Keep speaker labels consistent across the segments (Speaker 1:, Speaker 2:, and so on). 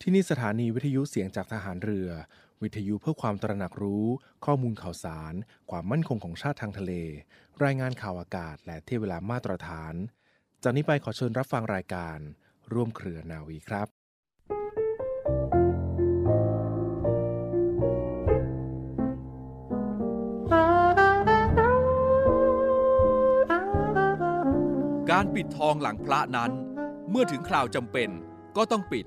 Speaker 1: ที่นี่สถานีวิทยุเสียงจากทหารเรือ วิทยุเพื่อความตระหนักรู้ ข้อมูลข่าวสาร ความมั่นคงของชาติทางทะเล รายงานข่าวอากาศ และเที่ยวเวลามาตรฐาน จากนี้ไปขอเชิญรับฟังรายการ ร่วมเครือนาวีครับ
Speaker 2: การปิดทองหลังพระนั้น เมื่อถึงคราวจำเป็นก็ต้องปิด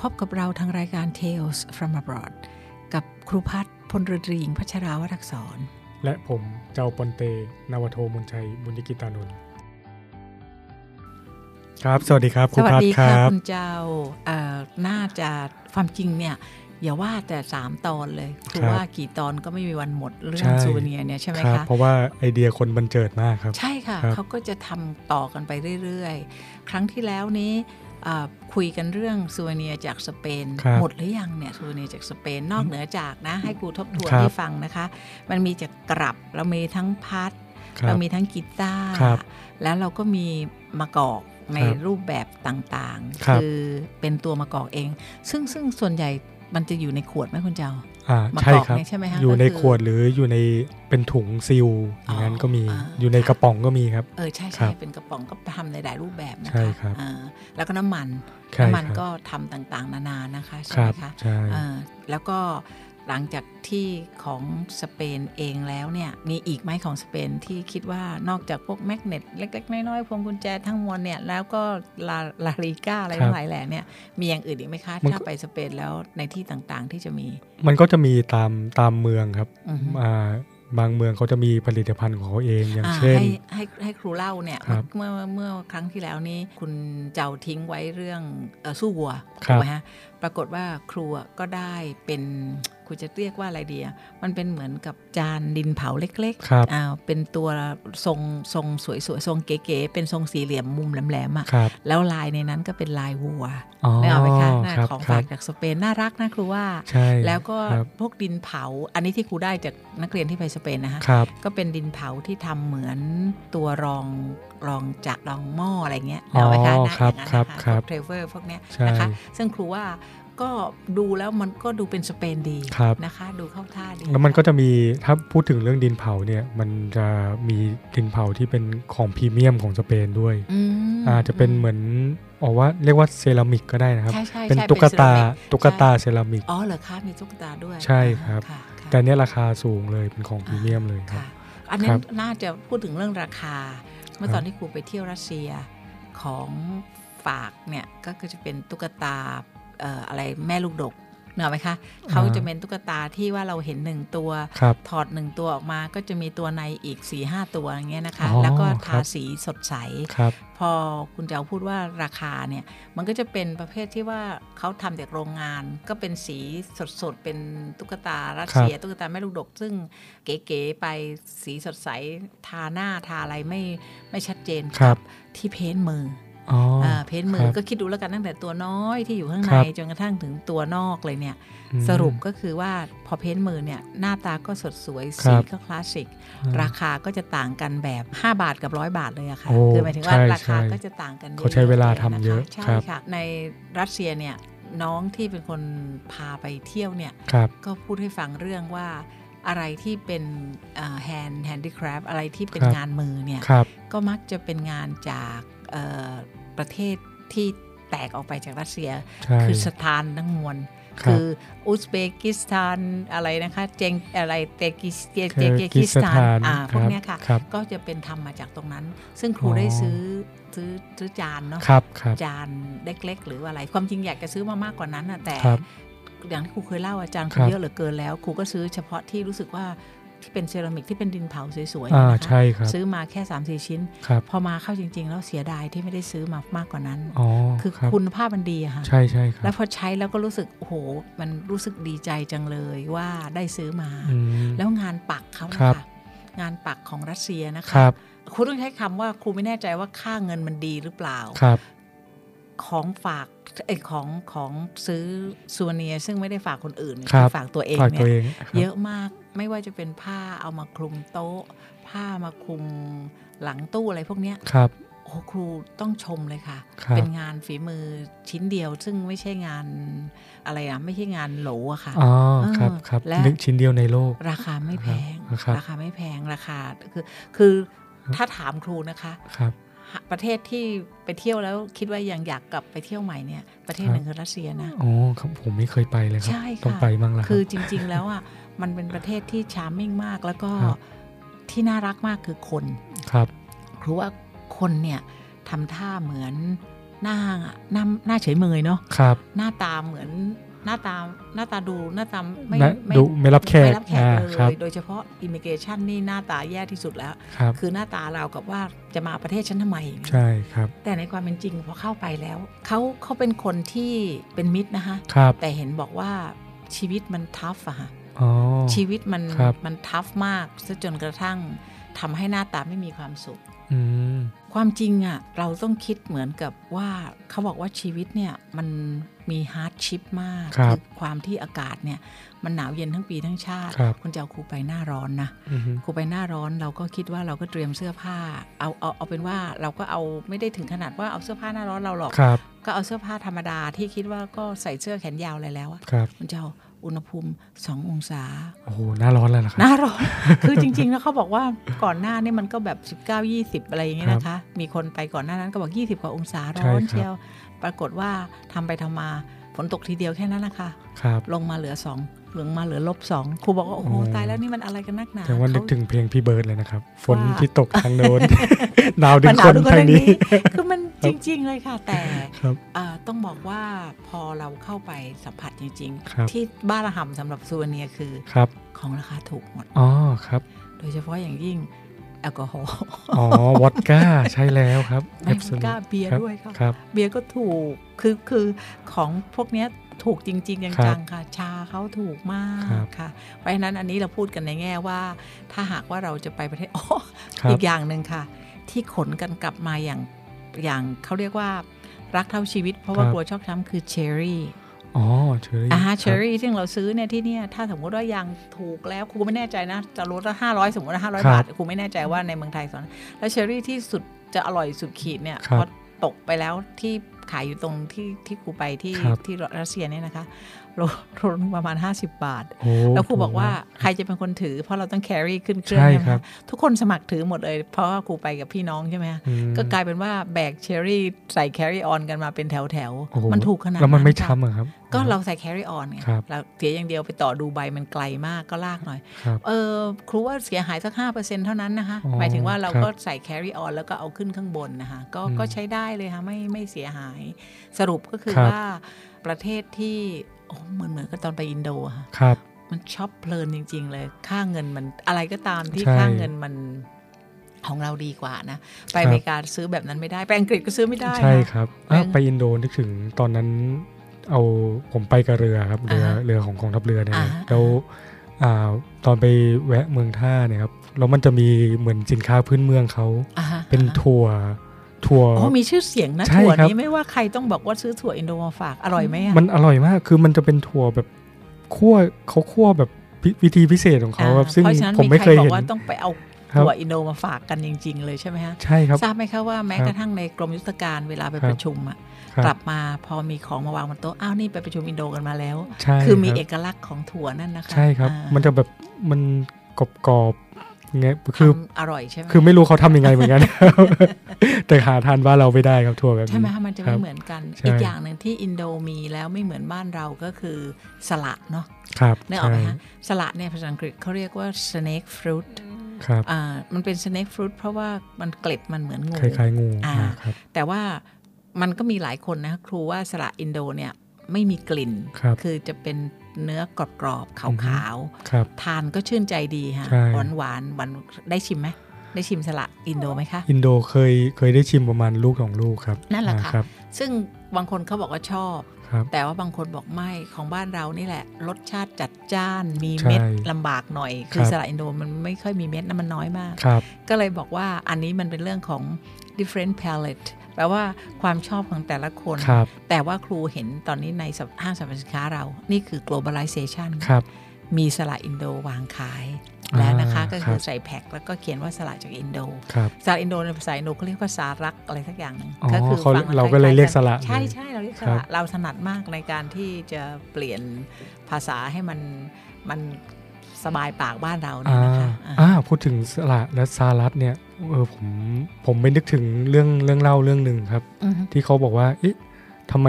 Speaker 3: พบกับเราทางรายการ Tales from abroad กับครูพัฒน์พลรดรีงพัชราวรักษร
Speaker 4: และผมเจ้าปอนเต นาวโทมนชัย บุญยกิจตานนท์ครับ สวัสดีครับ
Speaker 3: สวัส
Speaker 4: พัด
Speaker 3: ดี
Speaker 4: ค
Speaker 3: ค่ะ
Speaker 4: รับ
Speaker 3: คุณเจ้าเอ่อน่าจะความจริงเนี่ยอย่าว่าแต่ 3 ตอนเลยครู
Speaker 4: ครับ
Speaker 3: ว่ากี่ตอนก็ไม่มีวันหมดเรื่
Speaker 4: ใช่
Speaker 3: องซูเวเนียร์เนี่ยใช่ไหม
Speaker 4: ครับ
Speaker 3: คะ
Speaker 4: เพราะว่าไอเดียคนบันเจิดมากครับ
Speaker 3: ใช่ค่ะ
Speaker 4: ครับ
Speaker 3: เขาก็จะทำต่อกันไปเรื่อยๆ ครั้งที่แล้วนี้เอ่อคุยกันเรื่องซูเวเนียร์จากสเปน
Speaker 4: ครับ
Speaker 3: หมดหรือยังเนี่ยซูเวเนียร์จากสเปนนอกเหนือจากนะให้กูทบทวน
Speaker 4: ครับ
Speaker 3: ให้ฟังนะคะ มันมีจากกรับเรามีทั้งพัด
Speaker 4: ครั
Speaker 3: เรา
Speaker 4: บ
Speaker 3: มีทั้งกีตาร์
Speaker 4: ครับ
Speaker 3: แล้วเราก็มีมะกอกใน
Speaker 4: ครับ
Speaker 3: รูปแบบต่าง
Speaker 4: ครับ
Speaker 3: ๆอเป็นตัวมะกอกเอง ซึ่งซึ่งส่วนใหญ่มันจะอยู่ในขวดไหมคุณเจ้า
Speaker 4: อ่า
Speaker 3: มา
Speaker 4: ใช่
Speaker 3: กรอก
Speaker 4: ครับ
Speaker 3: เนี่ยใช่ไหมฮะ
Speaker 4: อยู่
Speaker 3: ก็คือ
Speaker 4: ในขวดหรืออยู่ในเป็นถุงซิลอ
Speaker 3: อ๋อย่าง
Speaker 4: นั้นก็มี
Speaker 3: อ่า
Speaker 4: อยู่ในกระป๋องก็มีครับ
Speaker 3: เออใช่
Speaker 4: ครั
Speaker 3: ใช่
Speaker 4: บ
Speaker 3: เป็นกระป๋องก็ทำในหลายรูปแบบนะ
Speaker 4: ใช่
Speaker 3: คะ
Speaker 4: ครับ
Speaker 3: อ่าแล้วก็น้ำมัน
Speaker 4: ใช่
Speaker 3: น้ำมัน
Speaker 4: ครับ
Speaker 3: ก็ทำต่างๆ นานานะคะใช่
Speaker 4: ครั
Speaker 3: ไหม
Speaker 4: บ
Speaker 3: คะ
Speaker 4: ใช่
Speaker 3: เอ่อแล้วก็หลังจากที่ของสเปนเองแล้วเนี่ยมีอีกไหมของสเปนที่คิดว่านอกจากพวกแมกเนตเล็กๆ น้อยๆพวงกุญแจทั้งมวลเนี่ยแล้วก็ลาลาลิก้าอะไร
Speaker 4: ครับ
Speaker 3: ทั้งหลายแหล่เนี่ยมีอย่างอื่นอีกไหมคะ
Speaker 4: มันก็
Speaker 3: ถ้าไปสเปนแล้วในที่ต่างๆที่จะมี
Speaker 4: มันก็จะมีตามตามเมืองครับ
Speaker 3: อือฮึ
Speaker 4: อ่าบางเมืองเขาจะมีผลิตภัณฑ์ของเขาเองอย่าง
Speaker 3: อ่า
Speaker 4: เช่น
Speaker 3: ให้ให้ให้ครูเล่าเนี่ย
Speaker 4: ครับ
Speaker 3: เมื่อเมื่อครั้งที่แล้วนี้คุณเจ้าทิ้งไว้เรื่องเออสู้วัว
Speaker 4: ค
Speaker 3: ถู
Speaker 4: รับ
Speaker 3: กไหมฮะ ปรากฏว่าครัวก็ได้เป็น คุณจะเรียกว่าอะไรเดียมันเป็นเหมือนกับจานดินเผาเล็ก
Speaker 4: ครับ
Speaker 3: ๆอ่าเป็นตัวทรงทรงสวยๆทรงเก๋ๆเป็นทรงสี่เหลี่ยมมุมแหลมๆอะ
Speaker 4: ครับ
Speaker 3: แล้วลายในนั้นก็เป็นลายวัว
Speaker 4: อ๋อ
Speaker 3: นึกออกไหมคะน่า
Speaker 4: ครับ
Speaker 3: ของ
Speaker 4: ครั
Speaker 3: ฝา
Speaker 4: บ
Speaker 3: กจากสเปนน่ารักนะครูว่า
Speaker 4: ใช่
Speaker 3: แล้วก็
Speaker 4: ครับ
Speaker 3: พวกดินเผา อันนี้ที่ครูได้จากนักเรียนที่ไปสเปนนะคะ
Speaker 4: ครับ
Speaker 3: ก็เป็นดินเผาที่ทำเหมือนตัวรองรองจากรองหม้ออะไรเงี้ย
Speaker 4: อ๋อ
Speaker 3: เอาไว้ค่ะนะครับ อย่างนั้น
Speaker 4: ครับ
Speaker 3: นะะ
Speaker 4: ครับ
Speaker 3: พวกเทรเวอร์พวกเนี้ย
Speaker 4: ใช่
Speaker 3: นะคะซึ่งครูว่าก็ดูแล้วมันก็ดูเป็นสเปนดี
Speaker 4: ครับ
Speaker 3: นะคะ ดูเข้าท่าดี
Speaker 4: แล้วมันก็จะมีถ้าพูดถึงเรื่องดินเผาเนี่ยมันจะมีดินเผาที่เป็นของพรีเมียมของสเปนด้วย
Speaker 3: อืม
Speaker 4: อาจจะเป็นเหมือนออกว่าเรียกว่าเซรามิกก็ได้นะครับ
Speaker 3: ใช่ใช่
Speaker 4: เป็น
Speaker 3: ใช่
Speaker 4: ตุ๊กตา
Speaker 3: เซรมิ
Speaker 4: ตุ๊กตาเซรามิก
Speaker 3: อ๋อเหรอคะมีตุ๊กตาด้วย
Speaker 4: ใช่ครับ
Speaker 3: อ่าค่ะ
Speaker 4: แต่เนี้ยราคาสูงเลยเป็นของพรีเมียมเลยครับ
Speaker 3: ค่ะ อันนั้
Speaker 4: ครั
Speaker 3: น
Speaker 4: บ
Speaker 3: น่าจะพูดถึงเรื่องราคา เมื่อ
Speaker 4: ครับ
Speaker 3: ตอนที่ครูไปเที่ยวรัสเซียของฝากเนี่ยก็คือจะเป็นตุ๊กตาเอ่ออะไรแม่ลูกดกเนกอะไหมคะเขาจะเป็นตุ๊กตาที่ว่าเราเห็นหนึ่งตัว
Speaker 4: ครับ
Speaker 3: ถอดหนึ่งตัวออกมาก็จะมีตัวในอีก4ีหตัวอย่างเงี้ยนะคะ
Speaker 4: อ๋อ
Speaker 3: แล้วก็
Speaker 4: ครั
Speaker 3: ทา
Speaker 4: บ
Speaker 3: สีสดใส
Speaker 4: ครับ
Speaker 3: พอคุณเจ้าพูดว่าราคาเนี่ย มันก็จะเป็นประเภทที่ว่าเขาทำจากโรงงาน ก็เป็นสีสดๆ เป็นตุ๊กตารัสเซีย ตุ๊กตาแม่ลูกดก ซึ่งเก๋ๆไปสีสดใสทาหน้าทาอะไรไม่ไม่ชัดเจน
Speaker 4: ครั
Speaker 3: กับ
Speaker 4: บ
Speaker 3: ที่เพ้นท์มือ
Speaker 4: อ๋ออ
Speaker 3: อ่าเพ้นท์มือ
Speaker 4: ครับ
Speaker 3: ก็คิดดูแล้วกันตั้งแต่ตัวน้อยที่อยู่ข้างใน
Speaker 4: ครับ
Speaker 3: จนกระทั่งถึงตัวนอกเลยเนี่ย
Speaker 4: อืม
Speaker 3: สรุปก็คือว่าพอเพ้นท์มือเนี่ยหน้าตาก็สดสวย
Speaker 4: ครั
Speaker 3: สี
Speaker 4: บ
Speaker 3: ก็คลาสสิก
Speaker 4: อ่า
Speaker 3: ราคาก็จะต่างกันแบบ 5 บาทกับ 100 บาทเลยอะค่ะ
Speaker 4: โอ้
Speaker 3: คือหมายถึงว่า
Speaker 4: ใช่
Speaker 3: ราคา
Speaker 4: ใช่
Speaker 3: ก็จะต่างกันยอะ
Speaker 4: เขาใช้เวลาทำเยอะ
Speaker 3: น
Speaker 4: ครั
Speaker 3: ใช่
Speaker 4: บ
Speaker 3: ค่ะในรัสเซียเนี่ยน้องที่เป็นคนพาไปเที่ยวเนี่ย
Speaker 4: ครับ
Speaker 3: ก็พูดให้ฟังเรื่องว่าอะไรที่เป็นแฮนด์แฮนดิคราฟอะไรที่เป็น
Speaker 4: ครับ
Speaker 3: งานมือเนี่ย
Speaker 4: ครับ
Speaker 3: ก็มักจะเป็นงานจากเอ่อประเทศที่แตกออกไปจากรัสเซีย
Speaker 4: ใช่
Speaker 3: คือสถานทั้งมวล
Speaker 4: ครับ
Speaker 3: ออุซเบกิสถานอะไรนะคะเจงอะไรเตกิสเต
Speaker 4: เตกิ
Speaker 3: เตกิสถา
Speaker 4: สถาน
Speaker 3: นอ่า
Speaker 4: ค
Speaker 3: พ
Speaker 4: รับ
Speaker 3: วกเนี้ยค่ะ
Speaker 4: ครับ
Speaker 3: ก็จะเป็นทำมาจากตรงนั้น ซึ่งครู
Speaker 4: อ๋อ
Speaker 3: ได้ซื้อซื้อซื้อจานเนาะ
Speaker 4: ครับครับ
Speaker 3: จานเล็กๆ หรืออะไรความจริงอยากจะซื้อมามากกว่านั้นนะแต่
Speaker 4: ครับ
Speaker 3: อย่างที่ครูเคยเล่าอาจารย์ค
Speaker 4: ค
Speaker 3: รู
Speaker 4: รับ
Speaker 3: เยอะเหลือเกินแล้วครูก็ซื้อเฉพาะที่รู้สึกว่าที่เป็นเซรามิกที่เป็นดินเผาสวยๆ
Speaker 4: อ่า
Speaker 3: เนี่ยนะคะ
Speaker 4: ใช่ครับ
Speaker 3: ซื้อมาแค่3ามสี่ชิ้น
Speaker 4: ครับ
Speaker 3: พอมาเข้าจริง ๆ แล้วเสียดายที่ไม่ได้ซื้อมามากกว่านั้น
Speaker 4: อ๋อ
Speaker 3: คือ
Speaker 4: ครับ
Speaker 3: คุณภาพมันดีอะค่ะ
Speaker 4: ใช่ใช่ครั
Speaker 3: แล้
Speaker 4: บ
Speaker 3: วพอใช้แล้วก็รู้สึกโอ้โห มันรู้สึกดีใจจังเลยว่าได้ซื้อมา
Speaker 4: อืม
Speaker 3: แล้วงานปักเขานะครับ คะงานปักของรัสเซียนะ
Speaker 4: ครั
Speaker 3: คะ
Speaker 4: บ
Speaker 3: ครูต้องใช้คำว่าครูไม่แน่ใจว่าค่าเงินมันดีหรือเปล่า
Speaker 4: ครับ
Speaker 3: ของฝากเอยของของซื้อซูเวเนียร์ซึ่งไม่ได้ฝากคนอื่นเนี่ย
Speaker 4: ครับ
Speaker 3: ฝากตัวเอง
Speaker 4: ฝาก
Speaker 3: เนี่
Speaker 4: ตั
Speaker 3: ย
Speaker 4: วเองครับ
Speaker 3: เยอะมากไม่ว่าจะเป็นผ้าเอามาคลุมโต๊ะ ผ้ามาคลุมหลังตู้อะไรพวกเนี้ย
Speaker 4: ครับ
Speaker 3: โอ้โหครูต้องชมเลยค่ะ
Speaker 4: ครับ
Speaker 3: เป็นงานฝีมือชิ้นเดียว ซึ่งไม่ใช่งานอะไรอะไม่ใช่งานโหลอะค่ะ
Speaker 4: อ๋อ ครับ ครับ
Speaker 3: และ
Speaker 4: หนึ่งชิ้นเดียวในโลก
Speaker 3: ราคาไม่แพง
Speaker 4: ครับ
Speaker 3: คาไม่แพงราคาคือคือ
Speaker 4: ครับ
Speaker 3: ถ้าถามครูนะคะ
Speaker 4: ครับ
Speaker 3: ประเทศที่ไปเที่ยวแล้วคิดว่ายังอยากกลับไปเที่ยวใหม่เนี่ย ประเทศ
Speaker 4: ครับ
Speaker 3: หนึ่งคือรัสเซียนะ
Speaker 4: อ๋อครับผมไม่เคยไปเลยครับ
Speaker 3: ใช่ค่ะ
Speaker 4: ต้องไปบ้างละรับ
Speaker 3: คือจริง ๆ แล้วอ่ะมันเป็นประเทศที่ชาร์มมิ่งมากแล้วก็
Speaker 4: ครับ
Speaker 3: ที่น่ารักมากคือคน
Speaker 4: ครับ
Speaker 3: ครูว่าคนเนี่ยทำท่าเหมือนหน้าหน้าหน้าเฉยเมยเนาะ
Speaker 4: ครับ
Speaker 3: หน้าตาเหมือนหน้าตาหน้าตาดูหน้าตาไม่
Speaker 4: นะ
Speaker 3: ไม่
Speaker 4: ดูไม่รับแขก
Speaker 3: ไม่รับแขก
Speaker 4: อ่า
Speaker 3: เลย
Speaker 4: ครับ
Speaker 3: โดยเฉพาะอิมิเกชันนี่หน้าตาแย่ที่สุดแล้ว
Speaker 4: ครับ
Speaker 3: คือหน้าตาเรากับว่าจะมาประเทศฉันทำไมอย่างเงี้ย
Speaker 4: ใช่ครับ
Speaker 3: แต่ในความเป็นจริงพอเข้าไปแล้วเขาเขาเป็นคนที่เป็นมิตรนะคะ
Speaker 4: ครับ
Speaker 3: แต่เห็นบอกว่าชีวิตมันทัฟอะค่ะ
Speaker 4: อ๋อ
Speaker 3: ชีวิตมัน
Speaker 4: ครับ
Speaker 3: มันทัฟมากซะจนกระทั่งทำให้หน้าตาไม่มีความสุข
Speaker 4: อืม
Speaker 3: ความจริงอะ่ะเราต้องคิดเหมือนกับว่าเขาบอกว่าชีวิตเนี่ยมันมีฮาร์ดชิพมาก
Speaker 4: ครับ
Speaker 3: อความที่อากาศเนี่ยมันหนาวเย็นทั้งปีทั้งชาติ
Speaker 4: ครับ
Speaker 3: คุณจะเอาครูไปหน้าร้อนนะ
Speaker 4: อือฮึ
Speaker 3: ครูไปหน้าร้อนเราก็คิดว่าเราก็เตรียมเสื้อผ้าเอาเอาเอาเป็นว่าเราก็เอาไม่ได้ถึงขนาดว่าเอาเสื้อผ้าหน้าร้อนเราหรอก
Speaker 4: ครับ
Speaker 3: ก็เอาเสื้อผ้าธรรมดาที่คิดว่าก็ใส่เสื้อแขนยาวอะไรแล้วอะ
Speaker 4: ครับ
Speaker 3: คุณจะเอาอุณหภูมิ 2 องศา
Speaker 4: โอ้โห หน้าร้อนแล้วนะค
Speaker 3: ห
Speaker 4: รับ
Speaker 3: น้าร้อน คือจริงๆ แล้วเขาบอกว่าก่อนหน้านี่มันก็แบบ 19 20 อะไรอย่างเงี้ยนะคะ มีคนไปก่อนหน้านั้นก็บอก 20 กว่าองศาร้อน
Speaker 4: ใช่ครับ
Speaker 3: เชียว ปรากฏว่าทำไปทำมาฝนตกทีเดียวแค่นั้นนะคะ
Speaker 4: ครับ
Speaker 3: ลงมาเหลือ 2 เหลืองมาเหลือลบ 2 ครูบอกว่า โอ้โห
Speaker 4: โอ้
Speaker 3: ตายแล้วนี่มันอะไรกันนักหนา
Speaker 4: แต่ว่านึก
Speaker 3: เข
Speaker 4: ถึงเพลงพี่เบิร์ดเลยนะครับ ฝน
Speaker 3: ว่า
Speaker 4: ที่ตกทางโน้น หนาวดึ
Speaker 3: มั
Speaker 4: ง
Speaker 3: ห
Speaker 4: ค
Speaker 3: วน ทุก
Speaker 4: ทางนี้
Speaker 3: คือมันจริงๆเลยค่ะ แต่
Speaker 4: ครับ
Speaker 3: เอ่อต้องบอกว่าพอเราเข้าไปสัมผัสจริง
Speaker 4: ครับ
Speaker 3: ๆ ที่บ้านระหำสำหรับซูเวเนียคือ
Speaker 4: ครับ
Speaker 3: ของราคาถูกหมด
Speaker 4: อ๋อ ครับ
Speaker 3: โดยเฉพาะอย่างยิ่งแอลกอฮอล์
Speaker 4: อ๋อ วอดก้า ใช่แล้วครับ
Speaker 3: ไม่
Speaker 4: Absolute
Speaker 3: กล้าเบียร์
Speaker 4: ครับ
Speaker 3: ด้วยค่ะ
Speaker 4: ครับ
Speaker 3: เบียร์ก็ถูก คือคือของพวกเนี้ยถูกจริง ๆ
Speaker 4: ครั
Speaker 3: จั
Speaker 4: บ
Speaker 3: งๆค่ะ ชาเขาถูกมา
Speaker 4: ครั
Speaker 3: ก
Speaker 4: บ
Speaker 3: ค่ะ เพราะฉะนั้นอันนี้เราพูดกันในแง่ว่า ถ้าหากว่าเราจะไปประเทศอ๋ อ
Speaker 4: ครั
Speaker 3: อี
Speaker 4: บ
Speaker 3: กอย่างหนึ่งค่ะ ที่ขนกันกลับมาอย่างอย่างเขาเรียกว่ารักเท่าชีวิต เพราะว่า
Speaker 4: ครับ
Speaker 3: กลัวชอกช้ำคือเชอรี่
Speaker 4: อ๋อ เชอรี่
Speaker 3: อ่าเชอ
Speaker 4: ค
Speaker 3: รี่ซึ่งเราซื้อเนี่ยที่เนี่ยถ้าสมมติว่ายังถูกแล้วครูก็ไม่แน่ใจนะ จะลดละห้าร้อยสมมติว่าห้าร้อย
Speaker 4: ครับ
Speaker 3: บาทครูไม่แน่ใจว่าในเมืองไทยสอนแล้วเชอรี่ที่สุดจะอร่อยสุดขีดเนี่ย
Speaker 4: ครับ
Speaker 3: พอตกไปแล้วที่ขายอยู่ตรงที่ที่ครูไปที่
Speaker 4: ครับ
Speaker 3: ที่รัสเซียเนี่ยนะคะโลโลประมาณ 50 บาท
Speaker 4: โอ้
Speaker 3: แล้วครูบอกว่า
Speaker 4: ถูม
Speaker 3: ใครจะเป็นคนถือ เพราะเราต้องแครี่ขึ้นเครื่อง
Speaker 4: ใช่
Speaker 3: ใช่ไหม
Speaker 4: ครับ
Speaker 3: คะทุกคนสมัครถือหมดเลย เพราะว่าครูไปกับพี่น้องใช่ไหมคะ
Speaker 4: อืม
Speaker 3: ก็กลายเป็นว่าแบกเชอรี่ใส่แครี่ออนกันมาเป็นแถวแถวๆ
Speaker 4: โอ้โห
Speaker 3: มันถูกขนาด
Speaker 4: แล้วมันไม่
Speaker 3: ค่ะ
Speaker 4: ช้ำเหรอครับ
Speaker 3: ก็เราใส่แครี่ออนไง
Speaker 4: ครับ
Speaker 3: เราเสียอย่างเดียวไปต่อดูใบมันไกลมากก็ลากหน่อย
Speaker 4: ครับ
Speaker 3: เออครูว่าเสียหายสัก5%เท่านั้นนะคะ
Speaker 4: อ๋อ
Speaker 3: หมายถึงว่าเรา
Speaker 4: ครับ
Speaker 3: ก็ใส่ carry on แล้วก็เอาขึ้นข้างบนนะคะก็
Speaker 4: อืม
Speaker 3: ก็ใช้ได้เลยค่ะไม่ไม่เสียหาย สรุปก็คือ
Speaker 4: ครับ
Speaker 3: ว่าประเทศที่โอ้เหมือนเหมือนกับตอนไปอินโดอะค่ะ
Speaker 4: ครับ
Speaker 3: มันช็อปเพลินจริง ๆ เลย ค่าเงินมันอะไรก็ตามที่
Speaker 4: ใช่
Speaker 3: ค่าเงินมันของเราดีกว่านะ ไป
Speaker 4: ครับ
Speaker 3: อเมริกาซื้อแบบนั้นไม่ได้ ไปอังกฤษก็ซื้อไม่ได้นะ
Speaker 4: ใช่ครับอ่ะ
Speaker 3: เป็น
Speaker 4: ไปอินโดนึกถึงตอนนั้นเอาผมไปกับเรือครับเรือ
Speaker 3: อ่าฮะ
Speaker 4: เรือของกองทัพเรือเนี่ย
Speaker 3: อ่าฮะ
Speaker 4: แล้วอ่าตอนไปแวะเมืองท่าเนี่ยครับแล้วมันจะมีเหมือนสินค้าพื้นเมืองเขา
Speaker 3: อ่าฮะ
Speaker 4: เป็นถั่วถั่ว
Speaker 3: อ๋อมีชื่อเสียงนะ
Speaker 4: ใช่
Speaker 3: ถั่ว
Speaker 4: ครับ
Speaker 3: นี้ไม่ว่าใครต้องบอกว่าซื้อถั่วอินโดมาฝากอร่อยไหมอะ
Speaker 4: มันอร่อยมากคือมันจะเป็นถั่วแบบคั่วเขาคั่วแบบพิวิธีพิเศษของเขาครับ
Speaker 3: อ่า
Speaker 4: ซึ่ง
Speaker 3: เพราะฉะนั้น
Speaker 4: ผมไม่เคย
Speaker 3: ใรบอ
Speaker 4: เห็
Speaker 3: น กว่าต้องไปเอา
Speaker 4: ครับ
Speaker 3: ตัวอินโดมาฝากกันจริง ๆ เลยใช่ไหมฮะ
Speaker 4: ใช่ครับ
Speaker 3: ทราบไหมคะว่าแม้
Speaker 4: ครับ
Speaker 3: กระทั่งในกรมยุทธการเวลาไป
Speaker 4: ครับ
Speaker 3: ประชุมอะ
Speaker 4: ครั
Speaker 3: กลับมาพอมีของมาวางบนโต๊ะอ้าวนี่ไปประชุมอินโดกันมาแล้ว
Speaker 4: ใช่
Speaker 3: คือมี
Speaker 4: รับ
Speaker 3: เอกลักษณ์ของถั่วนั่นนะคะ
Speaker 4: ใช่ครับ
Speaker 3: อ่า
Speaker 4: มันจะแบบมันกรอบๆ เงี้ยคือ
Speaker 3: ทำอร่อยใช่ไหม
Speaker 4: คือไม่รู้เขาทำยังไงเหมือ นกัน แต่หาทานบ้านเราไม่ได้ครับทั่วแบบนี้
Speaker 3: ใช่ไหมคะมันจะ
Speaker 4: ครั
Speaker 3: ไม่
Speaker 4: บ
Speaker 3: เหมือนกัน
Speaker 4: ใช่
Speaker 3: อีกอย่างหนึ่งที่อินโดมีแล้วไม่เหมือนบ้านเราก็คือสละเนาะ
Speaker 4: ครับ
Speaker 3: นึกออก
Speaker 4: ใช่
Speaker 3: ไหมคะสละเนี่ยภาษาอังกฤษเขาเรียกว่า snake fruit
Speaker 4: ครับ
Speaker 3: อ่ามันเป็น snake fruit เพราะว่ามันเกล็ดมันเหมือนงู
Speaker 4: คล้ายๆงู
Speaker 3: อ่า
Speaker 4: อ่าครับ
Speaker 3: แต่ว่ามันก็มีหลายคนนะครูว่าสละอินโดเนี่ยไม่มีกลิ่น
Speaker 4: ครับ
Speaker 3: คือจะเป็นเนื้อกรอบๆข
Speaker 4: อือฮึ
Speaker 3: าว
Speaker 4: ครับ
Speaker 3: ๆ ทานก็ชื่นใจดีฮะ
Speaker 4: ใช่
Speaker 3: หวานหวานๆหวานได้ชิมไหมได้ชิมสละอินโดไหมคะ
Speaker 4: อินโดเคยเคยได้ชิมประมาณลูกสองลูกครับ
Speaker 3: นั่นแหละ
Speaker 4: อ่า
Speaker 3: ค่ะ
Speaker 4: ครับ
Speaker 3: ซึ่งบางคนเขาบอกว่าชอบ
Speaker 4: ครับ
Speaker 3: แต่ว่าบางคนบอกไม่ของบ้านเรานี่แหละ รสชาติจัดจ้านมี
Speaker 4: ใช่
Speaker 3: เม็ดลำบากหน่อย คือ
Speaker 4: ครับ
Speaker 3: สละอินโดมันไม่ค่อยมีเม็ดนะมันน้อยมาก
Speaker 4: ครับ
Speaker 3: ก็เลยบอกว่าอันนี้มันเป็นเรื่องของ different palette แปลว่าความชอบของแต่ละคน
Speaker 4: ครับ
Speaker 3: แต่ว่าครูเห็นตอนนี้ในสัปห้างสรรพสินค้าเรา นี่คือ globalization
Speaker 4: ครับ
Speaker 3: มีสละอินโดวางขายแล้วนะคะ
Speaker 4: อ่า
Speaker 3: ก็คื
Speaker 4: ค
Speaker 3: อ
Speaker 4: รับ
Speaker 3: ใส่แพ็คแล้วก็เขียนว่าสละจากอินโด
Speaker 4: ครับ
Speaker 3: สละอินโดในภาษาอินโดเขาเรียกว่าสารักอะไรสักอย่างหนึ่ง
Speaker 4: อ๋อ
Speaker 3: ก็
Speaker 4: เขา
Speaker 3: ฟังมัน
Speaker 4: เราก็เลย
Speaker 3: คๆน
Speaker 4: เรียกสละ
Speaker 3: ใช่
Speaker 4: เลย
Speaker 3: ใช่เราเรียกส
Speaker 4: ครั
Speaker 3: ละ
Speaker 4: บ
Speaker 3: เราถนัดมากในการที่จะเปลี่ยนภาษาให้มันมันสบายปากบ้านเราเนี่ย
Speaker 4: อ่า
Speaker 3: นะคะอ่า
Speaker 4: อ่าพูดถึงสละและซาลัดเนี่ยเออผมผมไม่นึกถึงเรื่องเรื่องเล่าเรื่องหนึ่งครับ
Speaker 3: อือฮึ
Speaker 4: ที่เขาบอกว่าเอ๊ะทำไม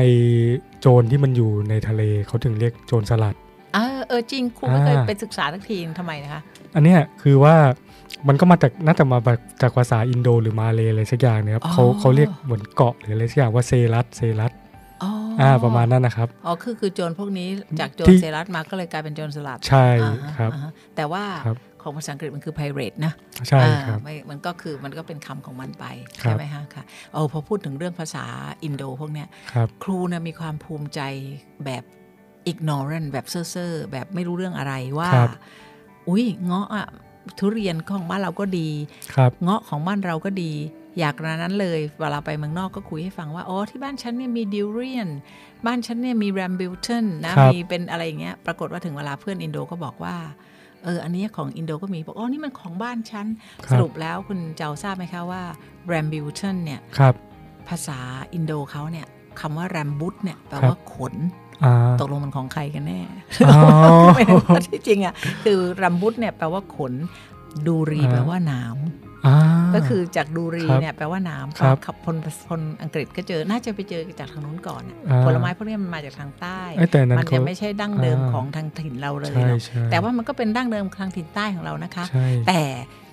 Speaker 4: โจรที่มันอยู่ในทะเลเขาถึงเรียกโจรสลัด
Speaker 3: เออเออจริงครูไม่เคย
Speaker 4: อ่า
Speaker 3: ไปศึกษาสักทีทำไมนะคะ
Speaker 4: อันเนี้ยคือว่ามันก็มาจากน่าจะมาจากภาษาอินโดหรือมาเลยอะไรสักอย่างเนี่ยครับ
Speaker 3: อ๋อ
Speaker 4: เขาเขาเรียกเหมือนเกาะหรืออะไรสักอย่างว่าเซรัตเซรัต
Speaker 3: อ๋ออ
Speaker 4: อ่าประมาณนั้นนะครับ
Speaker 3: อ๋อคือคือโจรพวกนี้จากโจร
Speaker 4: ที่
Speaker 3: เซรัตมาก็เลยกลายเป็นโจรสลัด
Speaker 4: ใช่
Speaker 3: อ่าฮะ
Speaker 4: ครับ
Speaker 3: อ่าฮะแต่ว่า
Speaker 4: ครับ
Speaker 3: ของภาษาอังกฤษมันคือ pirate นะ
Speaker 4: ใช่ครับ
Speaker 3: อ่าไม่มันก็คือมันก็เป็นคำของมันไป
Speaker 4: ครับ
Speaker 3: ใช่ไหมฮะค่ะโอ้พอพูดถึงเรื่องภาษาอินโดพวกเนี้ย
Speaker 4: ครับ
Speaker 3: ครูเนี่ยมีความภูมิใจแบบ ignorant แบบเซ่อๆแบบไม่รู้เรื่องอะไรว่า
Speaker 4: ครับ
Speaker 3: อุ้ยเงาะอะทุเรียนของบ้านเราก็ดี
Speaker 4: ครับ
Speaker 3: เงาะของบ้านเราก็ดี อยากนั้นเลย เวลาไปเมืองนอกก็คุยให้ฟังว่า อ๋อ ที่บ้านฉันเนี่ยมีดิวเรียน บ้านฉันเนี่ยมีแรมบิลตันนะ มีเป็นอะไรอย่างเงี้ย ปรากฏว่าถึงเวลาเพื่อนอินโดก็บอกว่า เออ อันเนี้ยของอินโดก็มี บอกอ๋อ นี่มันของบ้านฉัน
Speaker 4: ค
Speaker 3: ส
Speaker 4: รับ
Speaker 3: รุปแล้วคุณเจ้าทราบไหมคะว่าแรมบิลตันเนี่ย
Speaker 4: ครับ
Speaker 3: ภาษาอินโดเขาเนี่ยคำว่าแรมบุตเนี่ยแปลว่าขน
Speaker 4: อ่า
Speaker 3: ตกลงมันของใครกันแน่
Speaker 4: อ๋อ
Speaker 3: ไม่รู้ว่าที่จริงอ่ะ คือแรมบุตเนี่ยแปลว่าขน ดูรีแปลว่าหนาม
Speaker 4: อ่า
Speaker 3: ก็คือจากดูรี
Speaker 4: ครับ
Speaker 3: เนี่ยแปลว่าหน้ำ
Speaker 4: ครับ
Speaker 3: ขับพลคนอังกฤษก็เจอ น่าจะไปเจอจากทางนู้นก่อนอะ
Speaker 4: อ่า
Speaker 3: ผลไม้พวกนี้มันมาจากทางใต้
Speaker 4: เอ้ยแต่อันนั้น
Speaker 3: มันจะ
Speaker 4: เขา
Speaker 3: ไม่ใช่ดั้งเดิม
Speaker 4: อ่า
Speaker 3: ของทางถิ่นเราเลย
Speaker 4: ใช่
Speaker 3: เนอะ
Speaker 4: ใช่
Speaker 3: แต่ว่ามันก็เป็นดั้งเดิมทางถิ่นใต้ของเรานะคะ
Speaker 4: ใช่
Speaker 3: แต่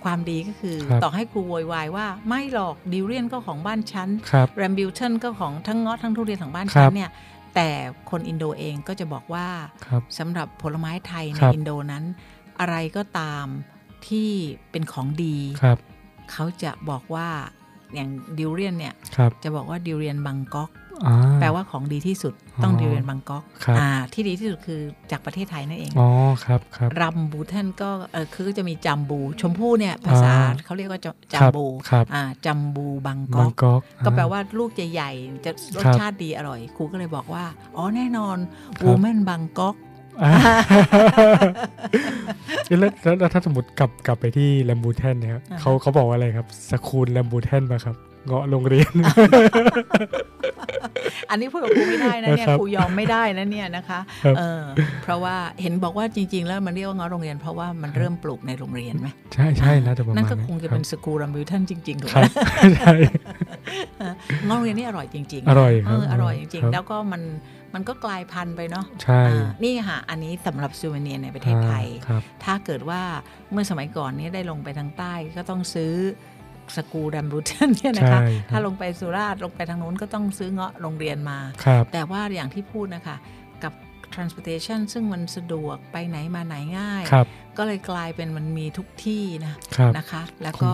Speaker 3: ความดีก็คือ
Speaker 4: ครับ
Speaker 3: ต่อให้ครูโวยวายว่าไม่หรอกดิวเรียนก็ของบ้านฉัน
Speaker 4: ครับ
Speaker 3: แรมบิลตันก็ของทั้งเงาะทั้งทุเรียนของบ้าน
Speaker 4: ครั
Speaker 3: ฉั
Speaker 4: บ
Speaker 3: นเนี่ยแต่คนอินโดเองก็จะบอกว่า
Speaker 4: ครับ
Speaker 3: สำหรับผลไม้ไทยใน
Speaker 4: ครับ
Speaker 3: อินโดนั้น อะไรก็ตามที่เป็นของดี
Speaker 4: ครับ
Speaker 3: เขาจะบอกว่าอย่างดิวเรียนเนี่ย
Speaker 4: ครับ
Speaker 3: จะบอกว่าดิวเรียนบางก๊อก
Speaker 4: อ่า
Speaker 3: แปลว่าของดีที่สุดต้อง
Speaker 4: อ๋อ
Speaker 3: ดิวเรียนบางก๊อก
Speaker 4: ครับ
Speaker 3: อ่าที่ดีที่สุดคือจากประเทศไทยนั่นเอง
Speaker 4: อ๋อครับครับ
Speaker 3: รัมบูท่านก็เออคือจะมีจัมบู ชมพู่เนี่ยภาษา
Speaker 4: อ่า
Speaker 3: เขาเรียกว่าจะจั
Speaker 4: ค
Speaker 3: ม
Speaker 4: รับ
Speaker 3: บู
Speaker 4: ครับ
Speaker 3: อ่าจัมบูบาง
Speaker 4: มั
Speaker 3: ก๊อง ก
Speaker 4: กอก
Speaker 3: ก็แปล
Speaker 4: อ่
Speaker 3: ว่าลูกใหญ่ๆจะรส
Speaker 4: ครับ
Speaker 3: ชาติดีอร่อยครูก็เลยบอกว่า อ๋อแน่นอน
Speaker 4: ครับ
Speaker 3: วูแมนบางก๊อก
Speaker 4: อ่าแล้วแล้วแล้วถ้าสมมติกลับกลับไปที่แลมบูแทนเนี่ยครับ
Speaker 3: อ่าฮะ
Speaker 4: เขาเขาบอกว่าอะไรครับสคูลแลมบูแทนมาครับ เงาะโรงเรียน
Speaker 3: อันนี้พูดกับครูไม่ได้นะเนี่ย
Speaker 4: ครับ
Speaker 3: ครูยอมไม่ได้นะเนี่ยนะคะ
Speaker 4: ครับ
Speaker 3: เออเพราะว่าเห็นบอกว่าจริง ๆ แล้วมันเรียกว่าเงาะโรงเรียนเพราะว่ามันเริ่มปลูกในโรงเรียนไหม
Speaker 4: ใช่ใช่นะแต่ประมาณ
Speaker 3: นั่นก็คงจะเป็น
Speaker 4: ค
Speaker 3: สกูรัมบิวทันจริงๆถูก
Speaker 4: รับค
Speaker 3: ไหม
Speaker 4: รับใช่
Speaker 3: เงาะโรงเรียนนี่อร่อยจริงๆ
Speaker 4: อร่อยครับ
Speaker 3: เอออร่อยจริง
Speaker 4: ครั
Speaker 3: ๆ
Speaker 4: บ
Speaker 3: แล้วก็มันมันก็กลายพันธุ์ไปเนาะ
Speaker 4: ใช่
Speaker 3: อ่านี่ค่ะ อันนี้สำหรับซูเวเนียในประเทศไทย
Speaker 4: อ่าครับ
Speaker 3: ถ้าเกิดว่าเมื่อสมัยก่อนเนี้ได้ลงไปทางใต้ก็ต้องซื้อสกูรัมบิวทันเนี่ยนะคะ
Speaker 4: ใช่ครับ
Speaker 3: ถ้าลงไปสุราษฎร์ลงไปทางนู้นก็ต้องซื้อเงาะโรงเรียนมา
Speaker 4: ครับ
Speaker 3: แต่ว่าอย่างที่พูดนะคะกับ transportation ซึ่งมันสะดวกไปไหนมาไหนง่าย
Speaker 4: ครับ
Speaker 3: ก็เลยกลายเป็นมันมีทุกที่นะครับ นะคะ แล้วก็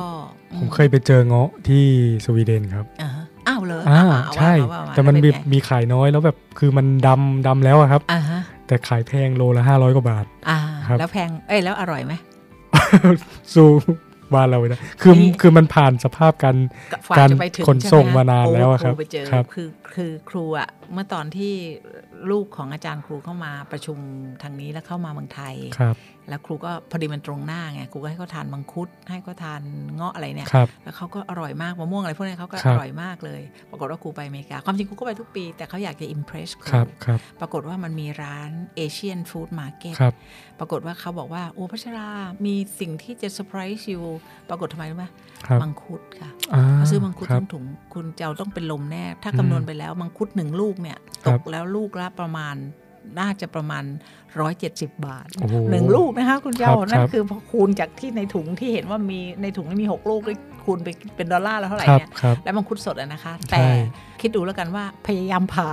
Speaker 4: ผมเคยไปเจอเงาะที่สวีเดนครับ
Speaker 3: อ่าฮะอ้าวเลย
Speaker 4: อ่าใช่ แต่มันมี
Speaker 3: บี
Speaker 4: มีขายน้อยแล้วแบบคือมันดำดำแล้วอะครับ
Speaker 3: อ่าฮะ
Speaker 4: แต่ขายแพงโลละห้าร้อยกว่าบาท
Speaker 3: อ่า
Speaker 4: ครับ
Speaker 3: แล้วแพงเอ้ยแล้วอร่อยไหม
Speaker 4: สู้ บ้านเราไม่ได้คือ
Speaker 3: นี่
Speaker 4: คือมันผ่านสภาพการ
Speaker 3: ฝ่ย
Speaker 4: การ
Speaker 3: จะไปถึง
Speaker 4: ขน
Speaker 3: ใช่ไห
Speaker 4: ส่งมานาน
Speaker 3: โอ้
Speaker 4: แล้วอะครับ
Speaker 3: โอ้ไปเจอ
Speaker 4: ครับ
Speaker 3: คือคือครูอะ เมื่อตอนที่ลูกของอาจารย์ครูเข้ามาประชุมทางนี้แล้วเข้ามาเมืองไทย
Speaker 4: ครับ
Speaker 3: แล้วครูก็พอดีมันตรงหน้าไงครูก็ให้เขาทานมังคุดให้เขาทานเงาะอะไรเนี่ย
Speaker 4: ครับ
Speaker 3: แล้วเขาก็อร่อยมากมะม่วงอะไรพวกนี้เขาก็
Speaker 4: ครั
Speaker 3: อบ ร่อยมากเลย ปรากฏว่าครูไปอเมริกา ความจริงครูก็ไปทุกปี แต่เขาอยากจะอิมเพรสครู
Speaker 4: ครับครับ
Speaker 3: ปรากฏว่ามันมีร้านเอเชียนฟู้ดมาร์เก็ต
Speaker 4: ครับ
Speaker 3: ปรากฏว่าเขาบอกว่า โอ้พัชรา มีสิ่งที่จะเซอร์ไพรส์อยู่ปรากฏทำไมรู้ไหม
Speaker 4: ครับ
Speaker 3: มังคุดค่ะ
Speaker 4: อ่า
Speaker 3: เขาซื้อมังคุด
Speaker 4: รับ
Speaker 3: ทั้งถุงคุณเจ้าต้องเป็นลมแน่ ถ้า
Speaker 4: อืม
Speaker 3: คำนวณไปแล้วมังคุดหนึ่งลูกเนี่ย
Speaker 4: ค
Speaker 3: ต
Speaker 4: รับ
Speaker 3: กแล้วลูกละประมาณน่าจะประมาณ 170 บาท
Speaker 4: โอ้โ
Speaker 3: หนึ่งลูกนะคะคุณเจ้า
Speaker 4: ครับ
Speaker 3: นั่
Speaker 4: ครั
Speaker 3: น
Speaker 4: บ
Speaker 3: คือพอคูณจากที่ในถุงที่เห็นว่ามีในถุงนี่มี 6 ลูกด้วยคูณไปเป็นดอลลาร์แล้วเท่าไหร่
Speaker 4: ครับ
Speaker 3: เนี่ย
Speaker 4: ครับ
Speaker 3: แล้วมังคุดสดอะนะคะ
Speaker 4: ใช่
Speaker 3: แต่คิดดูแล้วกันว่าพยายามผ่า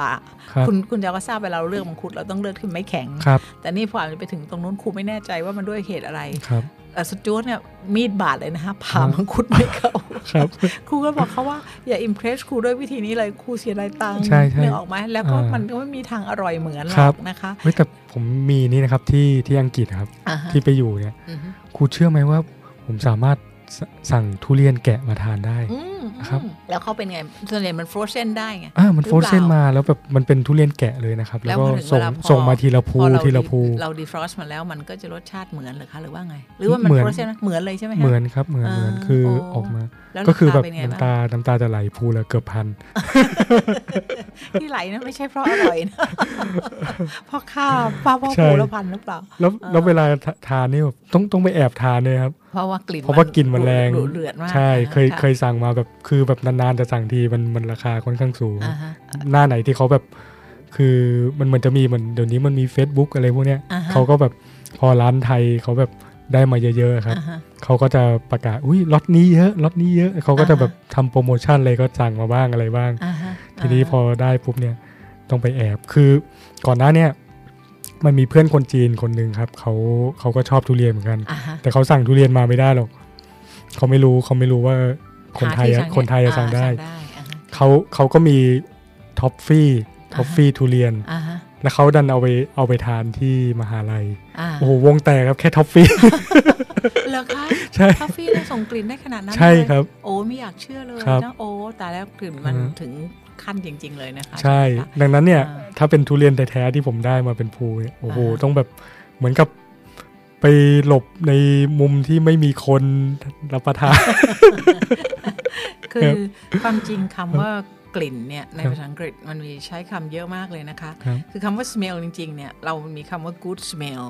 Speaker 4: ครับ
Speaker 3: คุณคุณเจ้าก็ทราบเวลาเราเลือกมังคุดเราต้องเลือกที่ไม่แข็ง
Speaker 4: ครับ
Speaker 3: แต่นี่พอไปถึงตรงนู้นครูไม่แน่ใจว่ามันด้วยเหตุอะไร
Speaker 4: ครับ
Speaker 3: เอ่อสจวตเนี่ยมีดบาดเลยนะคะผ่ามังคุดไม่เข้า
Speaker 4: ครับ
Speaker 3: ครูก็บอกเขาว่าอย่าอิมเพรสครูด้วยวิธีนี้เลยครูเสียรายตังค์
Speaker 4: ใช่ใช่
Speaker 3: นึกออกไหมแล้วก็
Speaker 4: อ่ามั
Speaker 3: มันก็ไม่มีทางอร่อยเหมือนหร
Speaker 4: ครั
Speaker 3: อบ กนะคะ
Speaker 4: เฮ้ยแต่ผมมีนี่นะครับที่ที่อังกฤษครับ
Speaker 3: อ่าฮะ
Speaker 4: ที่ไปอยู่เนี่ย
Speaker 3: อือฮึ
Speaker 4: ครูเชื่อไหมว่า ผมสามารถสสั่งทุเรียนแกะมาทานได้
Speaker 3: อืม
Speaker 4: ครับ
Speaker 3: อืมแล้วเขาเป็นไงส่วนใหญ่มันฟรอเซนได้ไง
Speaker 4: อ่ามัน
Speaker 3: หรือ
Speaker 4: โฟรเซน
Speaker 3: เปล่า
Speaker 4: มาแล้วแบบมันเป็นทุเรียนแกะเลยนะครับ แล้วก็
Speaker 3: แล้วพอถึงเว
Speaker 4: ส่ง
Speaker 3: ลาพอ
Speaker 4: ส่งมาทีละภู
Speaker 3: พอเรา
Speaker 4: ทีละภู
Speaker 3: ดีเราดีฟรอสต์มาแล้วมันก็จะรสชาติเหมือนเหรือคะหรือว่าไง หรือว่ามัน
Speaker 4: เหมือน
Speaker 3: โปรเซสเหมือนเลยใช่ไหมคะ
Speaker 4: เหมือนครับเหมือนเหมือน
Speaker 3: อ่า
Speaker 4: คือ
Speaker 3: โอ้
Speaker 4: ออกมา
Speaker 3: แล้ว
Speaker 4: ก็คือ
Speaker 3: รา
Speaker 4: แบ
Speaker 3: คา
Speaker 4: บ
Speaker 3: เป็นไงบ้าง
Speaker 4: น้ำตาน้ำตาจะไหลภูละเกือบพัน
Speaker 3: ที่ไหลนะไม่ใช่เพราะอร่อยนะ เพราะข้าวเพราะว่า
Speaker 4: ใช่
Speaker 3: ปูละพันหรือเปล่า
Speaker 4: แล้ว
Speaker 3: อ่า
Speaker 4: แล้วเวลาทาทานนี่แบบต้องต้องไปแอบทานเลยครับ
Speaker 3: เพราะว่ากลิ่น
Speaker 4: เพราะว่ากลิ่นมันแรง
Speaker 3: ดุเดือดมาก
Speaker 4: ใช่
Speaker 3: นะะ
Speaker 4: เคยเคยสั่งมาแบบคือแบบนานๆจะสั่งทีมันมันราคาค่อนข้างสูง
Speaker 3: อ่าฮะ
Speaker 4: หน้าไหนที่เขาแบบ คือมันเหมือนจะมีเหมือนเดี๋ยวนี้มันมี Facebook อะไรพวกเนี้ย
Speaker 3: อ่าฮะ
Speaker 4: เขาก็แบบพอร้านไทยเขาแบบได้มาเยอะๆครับ
Speaker 3: อ่าฮะ
Speaker 4: เขาก็จะประกาศอุ้ยล็อตนี้เยอะล็อตนี้เยอะเขาก็จะ
Speaker 3: อ่าฮะ
Speaker 4: แบบทำโปรโมชั่นอะไรก็สั่งมาบ้างอะไรบ้าง
Speaker 3: อ่าฮะ
Speaker 4: ทีนี้พอได้ปุ๊บเนี่ยต้องไปแอบคือก่อนหน้าเนี่ยมันมีเพื่อนคนจีนคนหนึ่งครับเขาเขาก็ชอบทุเรียนเหมือนกัน
Speaker 3: อ่าฮะ
Speaker 4: แต่เขาสั่งทุเรียนมาไม่ได้หรอกเขาไม่รู้เขาไม่รู้ว่าคนไทย
Speaker 3: หา
Speaker 4: อะ
Speaker 3: สั่ง
Speaker 4: คนไทยอะสั่ง
Speaker 3: อ่า
Speaker 4: ได้
Speaker 3: อ่าฮะ
Speaker 4: เขาเขาก็มีท็อฟฟี่ท็อฟ
Speaker 3: อ่าฮะ
Speaker 4: ฟี่ทุเรียน
Speaker 3: อ่าฮะ
Speaker 4: แล้วเขาดันเอาไปเอาไปทานที่มหาลัย
Speaker 3: อ่า
Speaker 4: โอ้โหวงแตกครับแค่ท็อฟฟี่
Speaker 3: เหรอคะ
Speaker 4: ใช่
Speaker 3: คาเฟ่เนี่ยส่งกลิ่นได้ขนาดนั้น
Speaker 4: ใช่
Speaker 3: เลย
Speaker 4: ครับ
Speaker 3: โอ้ไม่อยากเชื่อเลย
Speaker 4: ครับ
Speaker 3: นะโอ้แต่แล้วกลิ่นมัน
Speaker 4: อืม
Speaker 3: ถึงขั้นจริง ๆ เลยนะคะ
Speaker 4: ใช่
Speaker 3: ไหมคะ
Speaker 4: ดังนั้นเนี่ย
Speaker 3: อ่า
Speaker 4: ถ้าเป็นทุเรียนแท้ๆที่ผมได้มาเป็นภูเนี่ยโอ้โห
Speaker 3: อ่าฮะ
Speaker 4: ต้องแบบเหมือนกับไปหลบในมุมที่ไม่มีคนรับประทาน
Speaker 3: คือความจริงคำว่ากลิ่นเนี่ยใน
Speaker 4: ครับ
Speaker 3: ภาษาอังกฤษมันมีใช้คำเยอะมากเลยนะคะ
Speaker 4: ครับ
Speaker 3: คือคำว่า smell จริง ๆ เนี่ย เรามีคำว่า good smell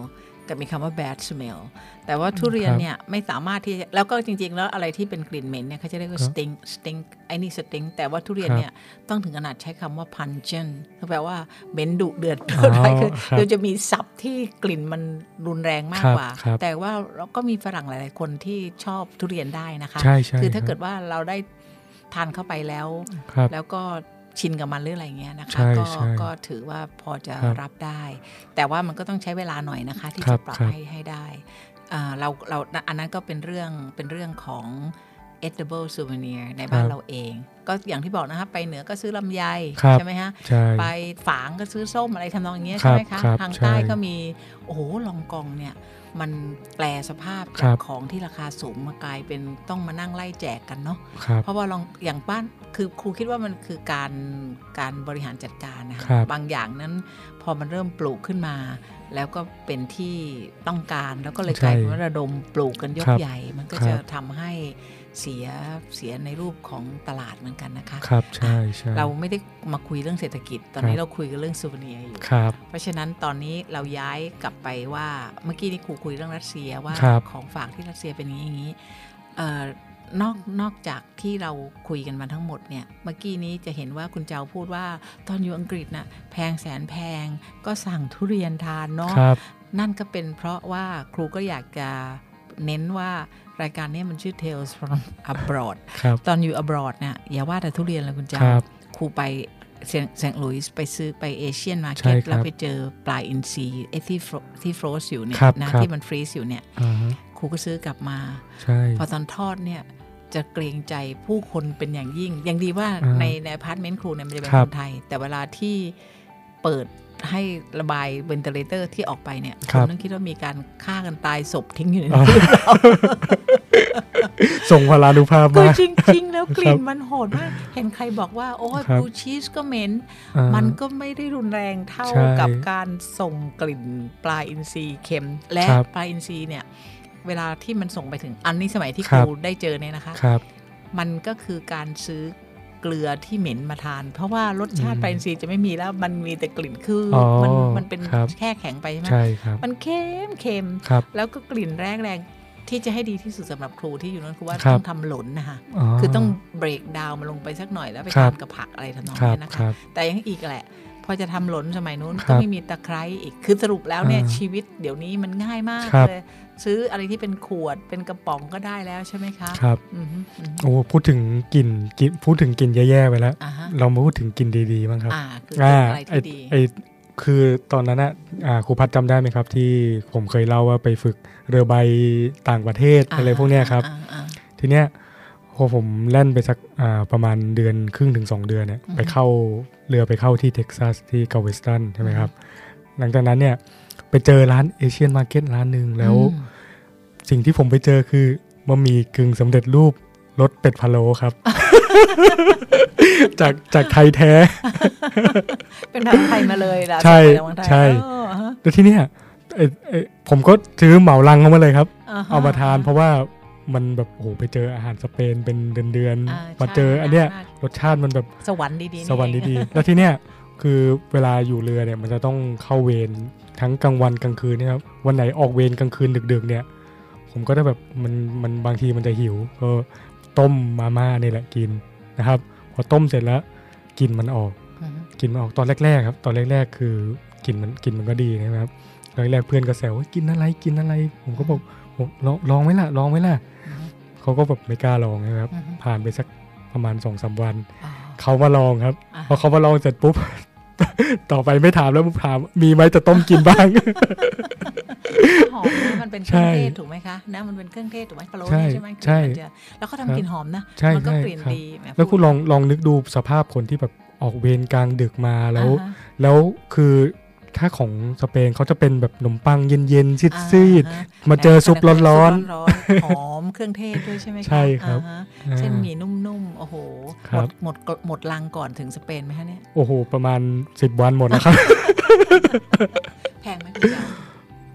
Speaker 3: กับมีคำว่า bad smell แต่ว่าทุเรียน
Speaker 4: ครับ
Speaker 3: เนี่ยไม่สามารถที่จะแล้วก็จริง ๆ แล้วอะไรที่เป็นกลิ่นเหม็นเนี่ยเขาจะเรียกว่า
Speaker 4: ครับ
Speaker 3: stink stink ไอ้นี่ stink แต่ว่าทุเรียน
Speaker 4: ครับ
Speaker 3: เนี่ยต้องถึงขนาดใช้คำว่า pungent ก็แปลว่าเหม็นดุเดือด
Speaker 4: อ๋อ
Speaker 3: เท่าไหร่คือ
Speaker 4: ครับ
Speaker 3: เราจะมีศัพท์ที่กลิ่นมันรุนแรงมาก
Speaker 4: ครับ
Speaker 3: กว่า
Speaker 4: ครับ
Speaker 3: แต่ว่าเราก็มีฝรั่งหลาย ๆ คนที่ชอบทุเรียนได้นะคะ
Speaker 4: ใช่ใช่
Speaker 3: คือถ้าเกิ
Speaker 4: รับ
Speaker 3: ดว่าเราได้ทานเข้าไปแล้ว
Speaker 4: ครับ
Speaker 3: แล้วก็ชินกับมันหรืออะไรเงี้ยนะคะ
Speaker 4: ใช่
Speaker 3: ก็
Speaker 4: ใช่
Speaker 3: ก็ถือว่าพอจะ
Speaker 4: ครับ
Speaker 3: รับได้ แต่ว่ามันก็ต้องใช้เวลาหน่อยนะคะ ที่
Speaker 4: ครั
Speaker 3: จะ
Speaker 4: บ
Speaker 3: ปรับ
Speaker 4: ครับ
Speaker 3: ให้ให้ได้อ่าเราเราอันนั้นก็เป็นเรื่องเป็นเรื่องของ edible souvenir ในบ้า
Speaker 4: คน รับ
Speaker 3: เราเอง ก็อย่างที่บอกนะคะไปเหนือก็ซื้อลำไย
Speaker 4: ครับ
Speaker 3: ใช่ไหมฮะ
Speaker 4: ใช่
Speaker 3: ไปฝางก็ซื้อส้มอะไรทำนองอย่างเงี้ย
Speaker 4: ครั
Speaker 3: ใช่
Speaker 4: บ
Speaker 3: ไหมคะ
Speaker 4: ครับ
Speaker 3: ทาง
Speaker 4: ใช่
Speaker 3: ใต้ก็มีโอ้โหลองกองเนี่ย มันแปลสภาพ
Speaker 4: ครั
Speaker 3: จาก
Speaker 4: บ
Speaker 3: ของที่ราคาสูงมากลายเป็นต้องมานั่งไล่แจกกันเนาะ
Speaker 4: ครับ
Speaker 3: เพราะว่าลองอย่างบ้านคือครูคิดว่ามันคือการการบริหารจัดการนะะ
Speaker 4: ครับ
Speaker 3: บางอย่างนั้นพอมันเริ่มปลูกขึ้นมา แล้วก็เป็นที่ต้องการแล้วก็เลย
Speaker 4: ใช่
Speaker 3: กลายเป็นว่าระดมปลูกกันยก
Speaker 4: ครับ
Speaker 3: ใหญ่ มันก็
Speaker 4: ครับ
Speaker 3: จะทำให้เสียเสียในรูปของตลาดเหมือนกันนะคะ
Speaker 4: ครับใช่ใช่
Speaker 3: เราไม่ได้มาคุยเรื่องเศรษฐกิจ ตอน
Speaker 4: ครั
Speaker 3: นี้
Speaker 4: บ
Speaker 3: เราคุยกันเรื่องซูเวเนียอยู่
Speaker 4: ครับ
Speaker 3: เพราะฉะนั้นตอนนี้เราย้ายกลับไปว่าเมื่อกี้นี่ครูคุยเรื่องรัสเซียว่า
Speaker 4: ครับ
Speaker 3: ของฝากที่รัสเซียเป็นอย่างนี้อย่างนี้เอ่อนอกนอกจากที่เราคุยกันมาทั้งหมดเนี่ยเมื่อกี้นี้จะเห็นว่าคุณเจ้าพูดว่าตอนอยู่อังกฤษน่ะแพงแสนแพงก็สั่งทุเรียนทานเนาะ
Speaker 4: ครับ
Speaker 3: นั่นก็เป็นเพราะว่าครูก็อยากจะเน้นว่ารายการเนี้มันชื่อ Tales from Abroad
Speaker 4: ครับ
Speaker 3: ตอนอยู่ abroad เนี่ยอย่าว่าแต่ทุเรียนเลยคุณเจ้า
Speaker 4: ครับ
Speaker 3: ครูไปเซนต์หลุยส์ไปซื้อไปเอเชียนมาร์
Speaker 4: ใช่
Speaker 3: เก็ต
Speaker 4: ครับ
Speaker 3: แล้วไปเจอปลาอินทรีไอ้ที่ fro- ที่ฟรอสอยู่เนี่ย
Speaker 4: ครับ
Speaker 3: นะครับ ที่มันฟรีซอยู่เนี่ย
Speaker 4: อ่าฮะ
Speaker 3: ครูก็ซื้อกลับมา
Speaker 4: ใช่
Speaker 3: พอตอนทอดเนี่ยจะเกรงใจผู้คนเป็นอย่างยิ่ง อย่างดีว่า
Speaker 4: อ่า
Speaker 3: ในในอพาร์ตเมนต์ครูเนี่ยมันจะเป็น
Speaker 4: ครั
Speaker 3: ค
Speaker 4: บ
Speaker 3: นไทย แต่เวลาที่เปิดให้ระบายเวนเตเลเตอร์ที่ออกไปเนี่ย
Speaker 4: ครับ
Speaker 3: นต้องคิดว่ามีการฆ่ากันตายศพทิ้งอยู่ใน
Speaker 4: อ่า
Speaker 3: ตู้เรา
Speaker 4: ส่งพลานุภาพ
Speaker 3: คือ
Speaker 4: มาก
Speaker 3: จริง ๆ แล้วกลิ่นมันโหดมาก เห็นใครบอกว่า โอ้ย
Speaker 4: ครับ
Speaker 3: บลูชีสก็เหม็น
Speaker 4: อ่า
Speaker 3: มันก็ไม่ได้รุนแรงเท่า
Speaker 4: ใช่
Speaker 3: กับการส่งกลิ่นปลาอินทรีย์เค็ม และ
Speaker 4: ครับ
Speaker 3: ปลาอินทรีย์เนี่ย เวลาที่มันส่งไปถึงอันนี้สมัยที่
Speaker 4: ค
Speaker 3: ครับ รูได้เจอเนี่ยนะคะ
Speaker 4: ครับ
Speaker 3: มันก็คือการซื้อเกลือที่เหม็นมาทาน เพราะว่ารสชาติ
Speaker 4: อื
Speaker 3: ป
Speaker 4: ม
Speaker 3: ลาอินทรีย์จะไม่มีแล้วมันมีแต่กลิ่นคืออ
Speaker 4: อ
Speaker 3: มันมันเป็น
Speaker 4: ครับ
Speaker 3: แค่แข็งไปใช่ไหม
Speaker 4: ใช่ครับ
Speaker 3: มันเค็มเค็ม
Speaker 4: ครับ
Speaker 3: แล้วก็กลิ่นแรกแรงที่จะให้ดีที่สุดสำหรับครูที่อยู่นั้นคือว่า
Speaker 4: ครับ
Speaker 3: ต้องทำหลนนะคะ คือต้องเบรกดาวน์มันลงไปสักหน่อยแล้วไป
Speaker 4: ครับ
Speaker 3: ทานกับผักอะไรทำนอง
Speaker 4: ครับ
Speaker 3: เนี้ยนะ
Speaker 4: ค
Speaker 3: คะ
Speaker 4: รับ
Speaker 3: แต่ยังอีกแหละ พอจะทำหล่นสมัยนู้น
Speaker 4: ครั
Speaker 3: ก็
Speaker 4: บ
Speaker 3: ไม่มีตะไคร้อีกคือสรุปแล้วเนี่ย
Speaker 4: อ่า
Speaker 3: ชีวิตเดี๋ยวนี้มันง่ายมาก
Speaker 4: ครับ
Speaker 3: เลย ซื้ออะไรที่เป็นขวดเป็นกระป๋องก็ได้แล้วใช่ไหมคะ
Speaker 4: ครับ
Speaker 3: อือฮึอือฮึ
Speaker 4: โอ้พูดถึงกลิ่นกลิ่นพูดถึงกลิ่นแย่ๆไปแล้ว
Speaker 3: อ่าฮะ
Speaker 4: เรามาพูดถึงกลิ่นดีๆบ้างครับ
Speaker 3: อ่าคือเป็นอะไรที่ดี
Speaker 4: ไอคือตอนนั้นอะอ่าครูพัดจำได้ไหมครับ ที่ผมเคยเล่าว่าไปฝึกเรือใบต่างประเทศอะไรพวกเนี้ยครับ
Speaker 3: อ่าอ่า
Speaker 4: ทีเนี้ยพอผมแล่นไปสักอ่าประมาณเดือนครึ่งถึง 2 เดือนเนี่ย
Speaker 3: อือฮึ
Speaker 4: ไปเข้าเรือไปเข้าที่เท็กซัสที่เกาเวสตันใช่ไหมครับ หลังจากนั้นเนี่ยไปเจอร้านเอเชียนมาร์เก็ตร้านหนึ่งแล้ว
Speaker 3: อืม
Speaker 4: สิ่งที่ผมไปเจอคือบะหมี่กึ่งสำเร็จรูปรสเป็ดพะโล้ ครับ จากจากไทยแท้
Speaker 3: เป็นผัดไทยมาเลยล่ะ
Speaker 4: ใช่
Speaker 3: เป็นผัดไทย
Speaker 4: ใช่
Speaker 3: เอออ่าฮะ
Speaker 4: แล้วที่เนี่ยไอ้ไอ้ผมก็ซื้อเหมาลังเข้ามาเลยครับ
Speaker 3: ฮะ
Speaker 4: เอามาทานเพราะว่ามันแบบโอ้โหไปเจออาหารสเปนเป็นเดือน
Speaker 3: อ่า
Speaker 4: ๆ
Speaker 3: ใช่
Speaker 4: มาเจออันเนี้ย
Speaker 3: มาก
Speaker 4: รสชาติมันแบบ
Speaker 3: สวรรค์ดีๆนี่
Speaker 4: สวรรค์
Speaker 3: เอง
Speaker 4: ดีๆแล้วที่เนี่ยคือเวลาอยู่เรือเนี่ยมันจะต้องเข้าเวรทั้งกลางวันกลางคืนเนะครับวันไหนออกเวรกลางคืนดึกๆเนี่ย ผมก็จะแบบมันมันบางทีมันจะหิว ก็ต้มมาม่านี่แหละกินนะครับ พอต้มเสร็จแล้วกลินมันออก
Speaker 3: อือฮึ
Speaker 4: กลิ่นมันออกตอนแรกๆครับตอนแรกๆคือกลิ่นมันกลิ่นมันก็ดีนะครับตอนแรกๆเพื่อนก็แซวว่ากินอะไรกินอะไร ผมก็บอกผมลองลองไหมล่ะลองไหมล่ะเขาก็แบบไม่กล้าลองนะครับ
Speaker 3: อือฮึ
Speaker 4: ผ่านไปสักประมาณสองสามวัน
Speaker 3: อ๋อ
Speaker 4: เขามาลองครับ
Speaker 3: อ่ะ
Speaker 4: พอเขามาลองเสร็จปุ๊บ ต่อไปไม่ถามแล้วถามมีไหมจะต้มกินบ้าง
Speaker 3: หอมนะมันเป็นเครื่อง
Speaker 4: ใช่
Speaker 3: เทศถูกไหมคะนะมันเป็นเครื่องเทศถูกไหมพะโล้
Speaker 4: ใช่
Speaker 3: เนี่ยใช่ไหม
Speaker 4: ใช่
Speaker 3: กลิ่นมันจะแล้วเขาทำกลิ่นหอมนะ
Speaker 4: ใช่
Speaker 3: มัก็
Speaker 4: ใช่
Speaker 3: กลิ่น
Speaker 4: ครับ
Speaker 3: ดีหม
Speaker 4: แล้วคุณ
Speaker 3: พูด
Speaker 4: ลองลองนึกดูสภาพคนที่แบบออกเวรกลางดึกมาแล้ว
Speaker 3: อ่าฮะ
Speaker 4: แล้วคือถ้าของสเปนเขาจะเป็นแบบขนมปังเย็นๆซีด
Speaker 3: อ่าฮะ
Speaker 4: มาเจอซุปร้อนๆ
Speaker 3: ซุปร้อนๆหอมเครื่องเทศด้วยใช่ไหมะ
Speaker 4: ใช่ครับ
Speaker 3: อ่าฮะ
Speaker 4: อ่า
Speaker 3: เส้นหมี่นุ่มๆ โอ้โห
Speaker 4: ค
Speaker 3: ห
Speaker 4: รั
Speaker 3: ม
Speaker 4: บ
Speaker 3: ดหมดหมดลังก่อนถึงสเปนไหมคะเนี่ย
Speaker 4: ๆโอ้โห ประมาณ 10 วันหมดแล้วครับ
Speaker 3: แพงไหมคุณเจ้า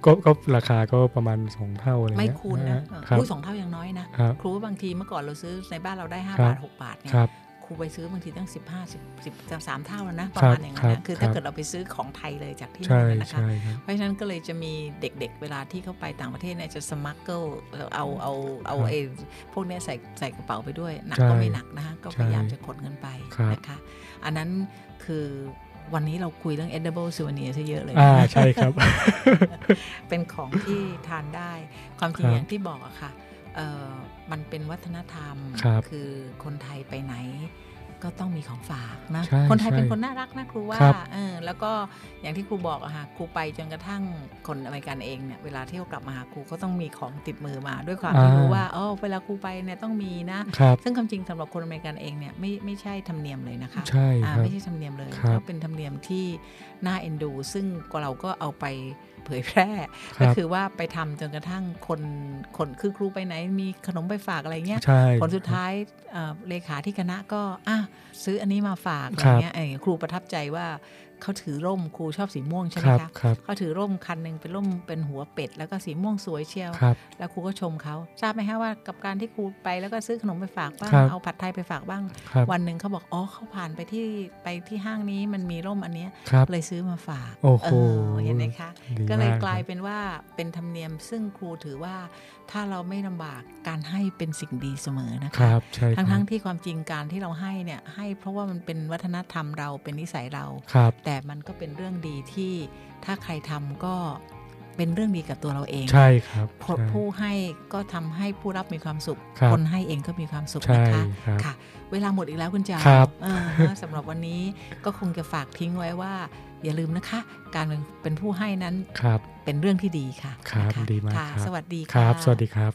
Speaker 4: ก็ก็ราคาก็ประมาณ 2 เท่าอะไรเงี้ย
Speaker 3: ไม่คุ้นนะเออ
Speaker 4: ครับ
Speaker 3: อุ้ยสองเท่ายังน้อยนะ
Speaker 4: ครับ
Speaker 3: ครูว่าบางทีเมื่อก่อนเราซื้อในบ้านเราได้ 5
Speaker 4: ครับ
Speaker 3: บาท 6 บาทเนี่ย
Speaker 4: ครับ
Speaker 3: ครูไปซื้อ บางทีตั้ง 15 10 10 3เท่าแล้วนะ ประ
Speaker 4: ครับ
Speaker 3: มาณอย่างนั้น
Speaker 4: ครั
Speaker 3: นะ
Speaker 4: บ
Speaker 3: คือถ้า
Speaker 4: ครับ
Speaker 3: เกิดเราไปซื้อของไทยเลยจากที่นั่
Speaker 4: ใช่
Speaker 3: นนะนะคะ
Speaker 4: ใช่ครับ
Speaker 3: เพราะฉะนั้นก็เลยจะมีเด็กๆ เวลาที่เขาไปต่างประเทศเนี่ยจะสมัครเกิลเอาเอาเอา
Speaker 4: ครับ
Speaker 3: ไอ้พวกเนี้ยใส่ใส่กระเป๋าไปด้วยหนัก
Speaker 4: ใช่
Speaker 3: ก็ไม่หนักนะคะก็พ
Speaker 4: ใช่
Speaker 3: ยายามจะขนเงินไป
Speaker 4: ครับ
Speaker 3: นะคะ อันนั้นคือวันนี้เราคุยเรื่อง edible souvenir ซะเยอะเลย
Speaker 4: อ่า
Speaker 3: นะคะ
Speaker 4: ใช่ครับ
Speaker 3: เป็นของที่ทานได้ ความจริง
Speaker 4: ครับ
Speaker 3: อย่างที่บอกอะค่ะเอ่อมันเป็นวัฒนธรรม
Speaker 4: ครับ
Speaker 3: อคนไทยไปไหน ก็ต้องมีของฝากนะ
Speaker 4: ใช่
Speaker 3: คนไทย
Speaker 4: ใช่
Speaker 3: เป็นคนน่ารักนะครูว่า
Speaker 4: ครับ
Speaker 3: เออแล้วก็อย่างที่ครูบอกอะค่ะครูไปจนกระทั่งคนอเมริกันเองเนี่ยเวลาเที่ยวกลับมาหาครูก็ต้องมีของติดมือมาด้วยความที่
Speaker 4: อ่า
Speaker 3: รู้ว่าอ๋อเวลาครูไปเนี่ยต้องมีนะ
Speaker 4: ครับ
Speaker 3: ซึ่งความจริงสำหรับคนอเมริกันเองเนี่ยไม่ไม่ใช่ธรรมเนียมเลยนะคะ
Speaker 4: ใช่
Speaker 3: อ่า
Speaker 4: ครับ
Speaker 3: ไม่ใช่ธรรมเนียมเลย
Speaker 4: ครับ
Speaker 3: ก็เป็นธรรมเนียมที่น่าเอ็นดู ซึ่งเราก็เอาไปเผยแพร่
Speaker 4: ค
Speaker 3: ก็
Speaker 4: รับ
Speaker 3: คือว่าไปทำจนกระทั่งคนคนคือครูไปไหนมีขนมไปฝากอะไรเงี้ย
Speaker 4: ใช่
Speaker 3: ผลสุดท้ายเอ่อเลขาที่คณะก็อ่ะซื้ออันนี้มาฝากอะไร
Speaker 4: ครับ
Speaker 3: เงี้ยเออครูประทับใจว่าเขาถือร่มครูชอบสีม่วงใช่ไห
Speaker 4: ค
Speaker 3: ม
Speaker 4: รับ
Speaker 3: คะ
Speaker 4: ครับ
Speaker 3: เขาถือร่มคันหนึ่งเป็นร่มเป็นหัวเป็ด แล้วก็สีม่วงสวยเชียว
Speaker 4: ครับ
Speaker 3: แล้วครูก็ชมเขาทราบไหมฮะว่ากับการที่ครูไปแล้วก็ซื้อขนมไปฝากบ้าง
Speaker 4: ครับ
Speaker 3: เอาผัดไทยไปฝากบ้าง
Speaker 4: ครับ
Speaker 3: วันหนึ่งเขาบอกอ๋อเขาผ่านไปที่ไปที่ห้างนี้มันมีร่มอันเนี้ย
Speaker 4: ครับ
Speaker 3: เลยซื้อมาฝาก
Speaker 4: โอ้โห
Speaker 3: เอเห็นไหมคะ
Speaker 4: ดี
Speaker 3: ก็เลย
Speaker 4: ม
Speaker 3: กลาย
Speaker 4: ครับ
Speaker 3: เป็นว่าเป็นธรรมเนียมซึ่งครูถือว่าถ้าเราไม่ลำบากการให้เป็นสิ่งดีเสมอนะ
Speaker 4: ค
Speaker 3: คะ
Speaker 4: รับใช่
Speaker 3: ทั้งๆ
Speaker 4: ครับ
Speaker 3: ที่ความจริงการที่เราให้เนี่ยให้เพราะว่ามันเป็นวัฒนธรรมเราเป็นนิสัยเรา
Speaker 4: ครับ
Speaker 3: แต่มันก็เป็นเรื่องดีที่ถ้าใครทำก็เป็นเรื่องดีกับตัวเราเอง
Speaker 4: ใช่ครับ
Speaker 3: ผล
Speaker 4: ใช่
Speaker 3: ผู้ให้ก็ทำให้ผู้รับมีความสุข
Speaker 4: ครับ
Speaker 3: นให้เองก็มีความสุข
Speaker 4: ใช่
Speaker 3: นะคะ
Speaker 4: ครับ
Speaker 3: ค่ะเวลาหมดอีกแล้วคุณจา
Speaker 4: ครับ
Speaker 3: เออสำหรับวันนี้ก็คงจะฝากทิ้งไว้ว่า อย่าลืมนะคะ การเป็นผู้ให้นั้น
Speaker 4: ครับ
Speaker 3: เป็นเรื่องที่ดีค่ะ
Speaker 4: ครับ
Speaker 3: นะคะ
Speaker 4: ดีมาก
Speaker 3: ค่ะ
Speaker 4: ครับ
Speaker 3: สวัสดี
Speaker 4: ครั
Speaker 3: ค่ะ
Speaker 4: บ สวัสดีครับ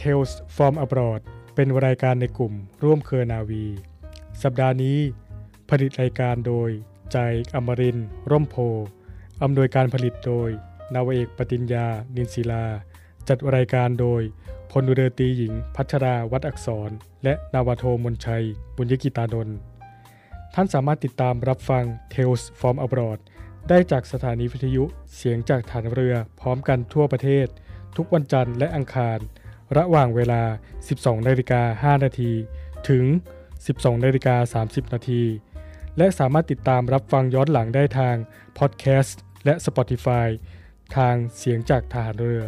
Speaker 4: Tales from abroad เป็นรายการในกลุ่มร่วมเครือนาวี สัปดาห์นี้ ผลิตรายการโดย ใจอมรินทร์ร่มโพอำนวยการผลิตโดย นาวเอกปฏิญญา นินศิลา จัดรายการโดยพลเรือตรีหญิง พัชราวัดอักษร และนาวาโทมนชัย บุญยกิตานนท์ท่านสามารถติดตามรับฟัง Tales from Abroad ได้จากสถานีวิทยุเสียงจากฐานเรือพร้อมกันทั่วประเทศ ทุกวันจันทร์และอังคาร ระหว่างเวลา 12นาฬิกา5นาทีถึง 12นาฬิกา30นาทีและสามารถติดตามรับฟังย้อนหลังได้ทางพอดแคสต์และ Spotify ทางเสียงจากฐานเรือ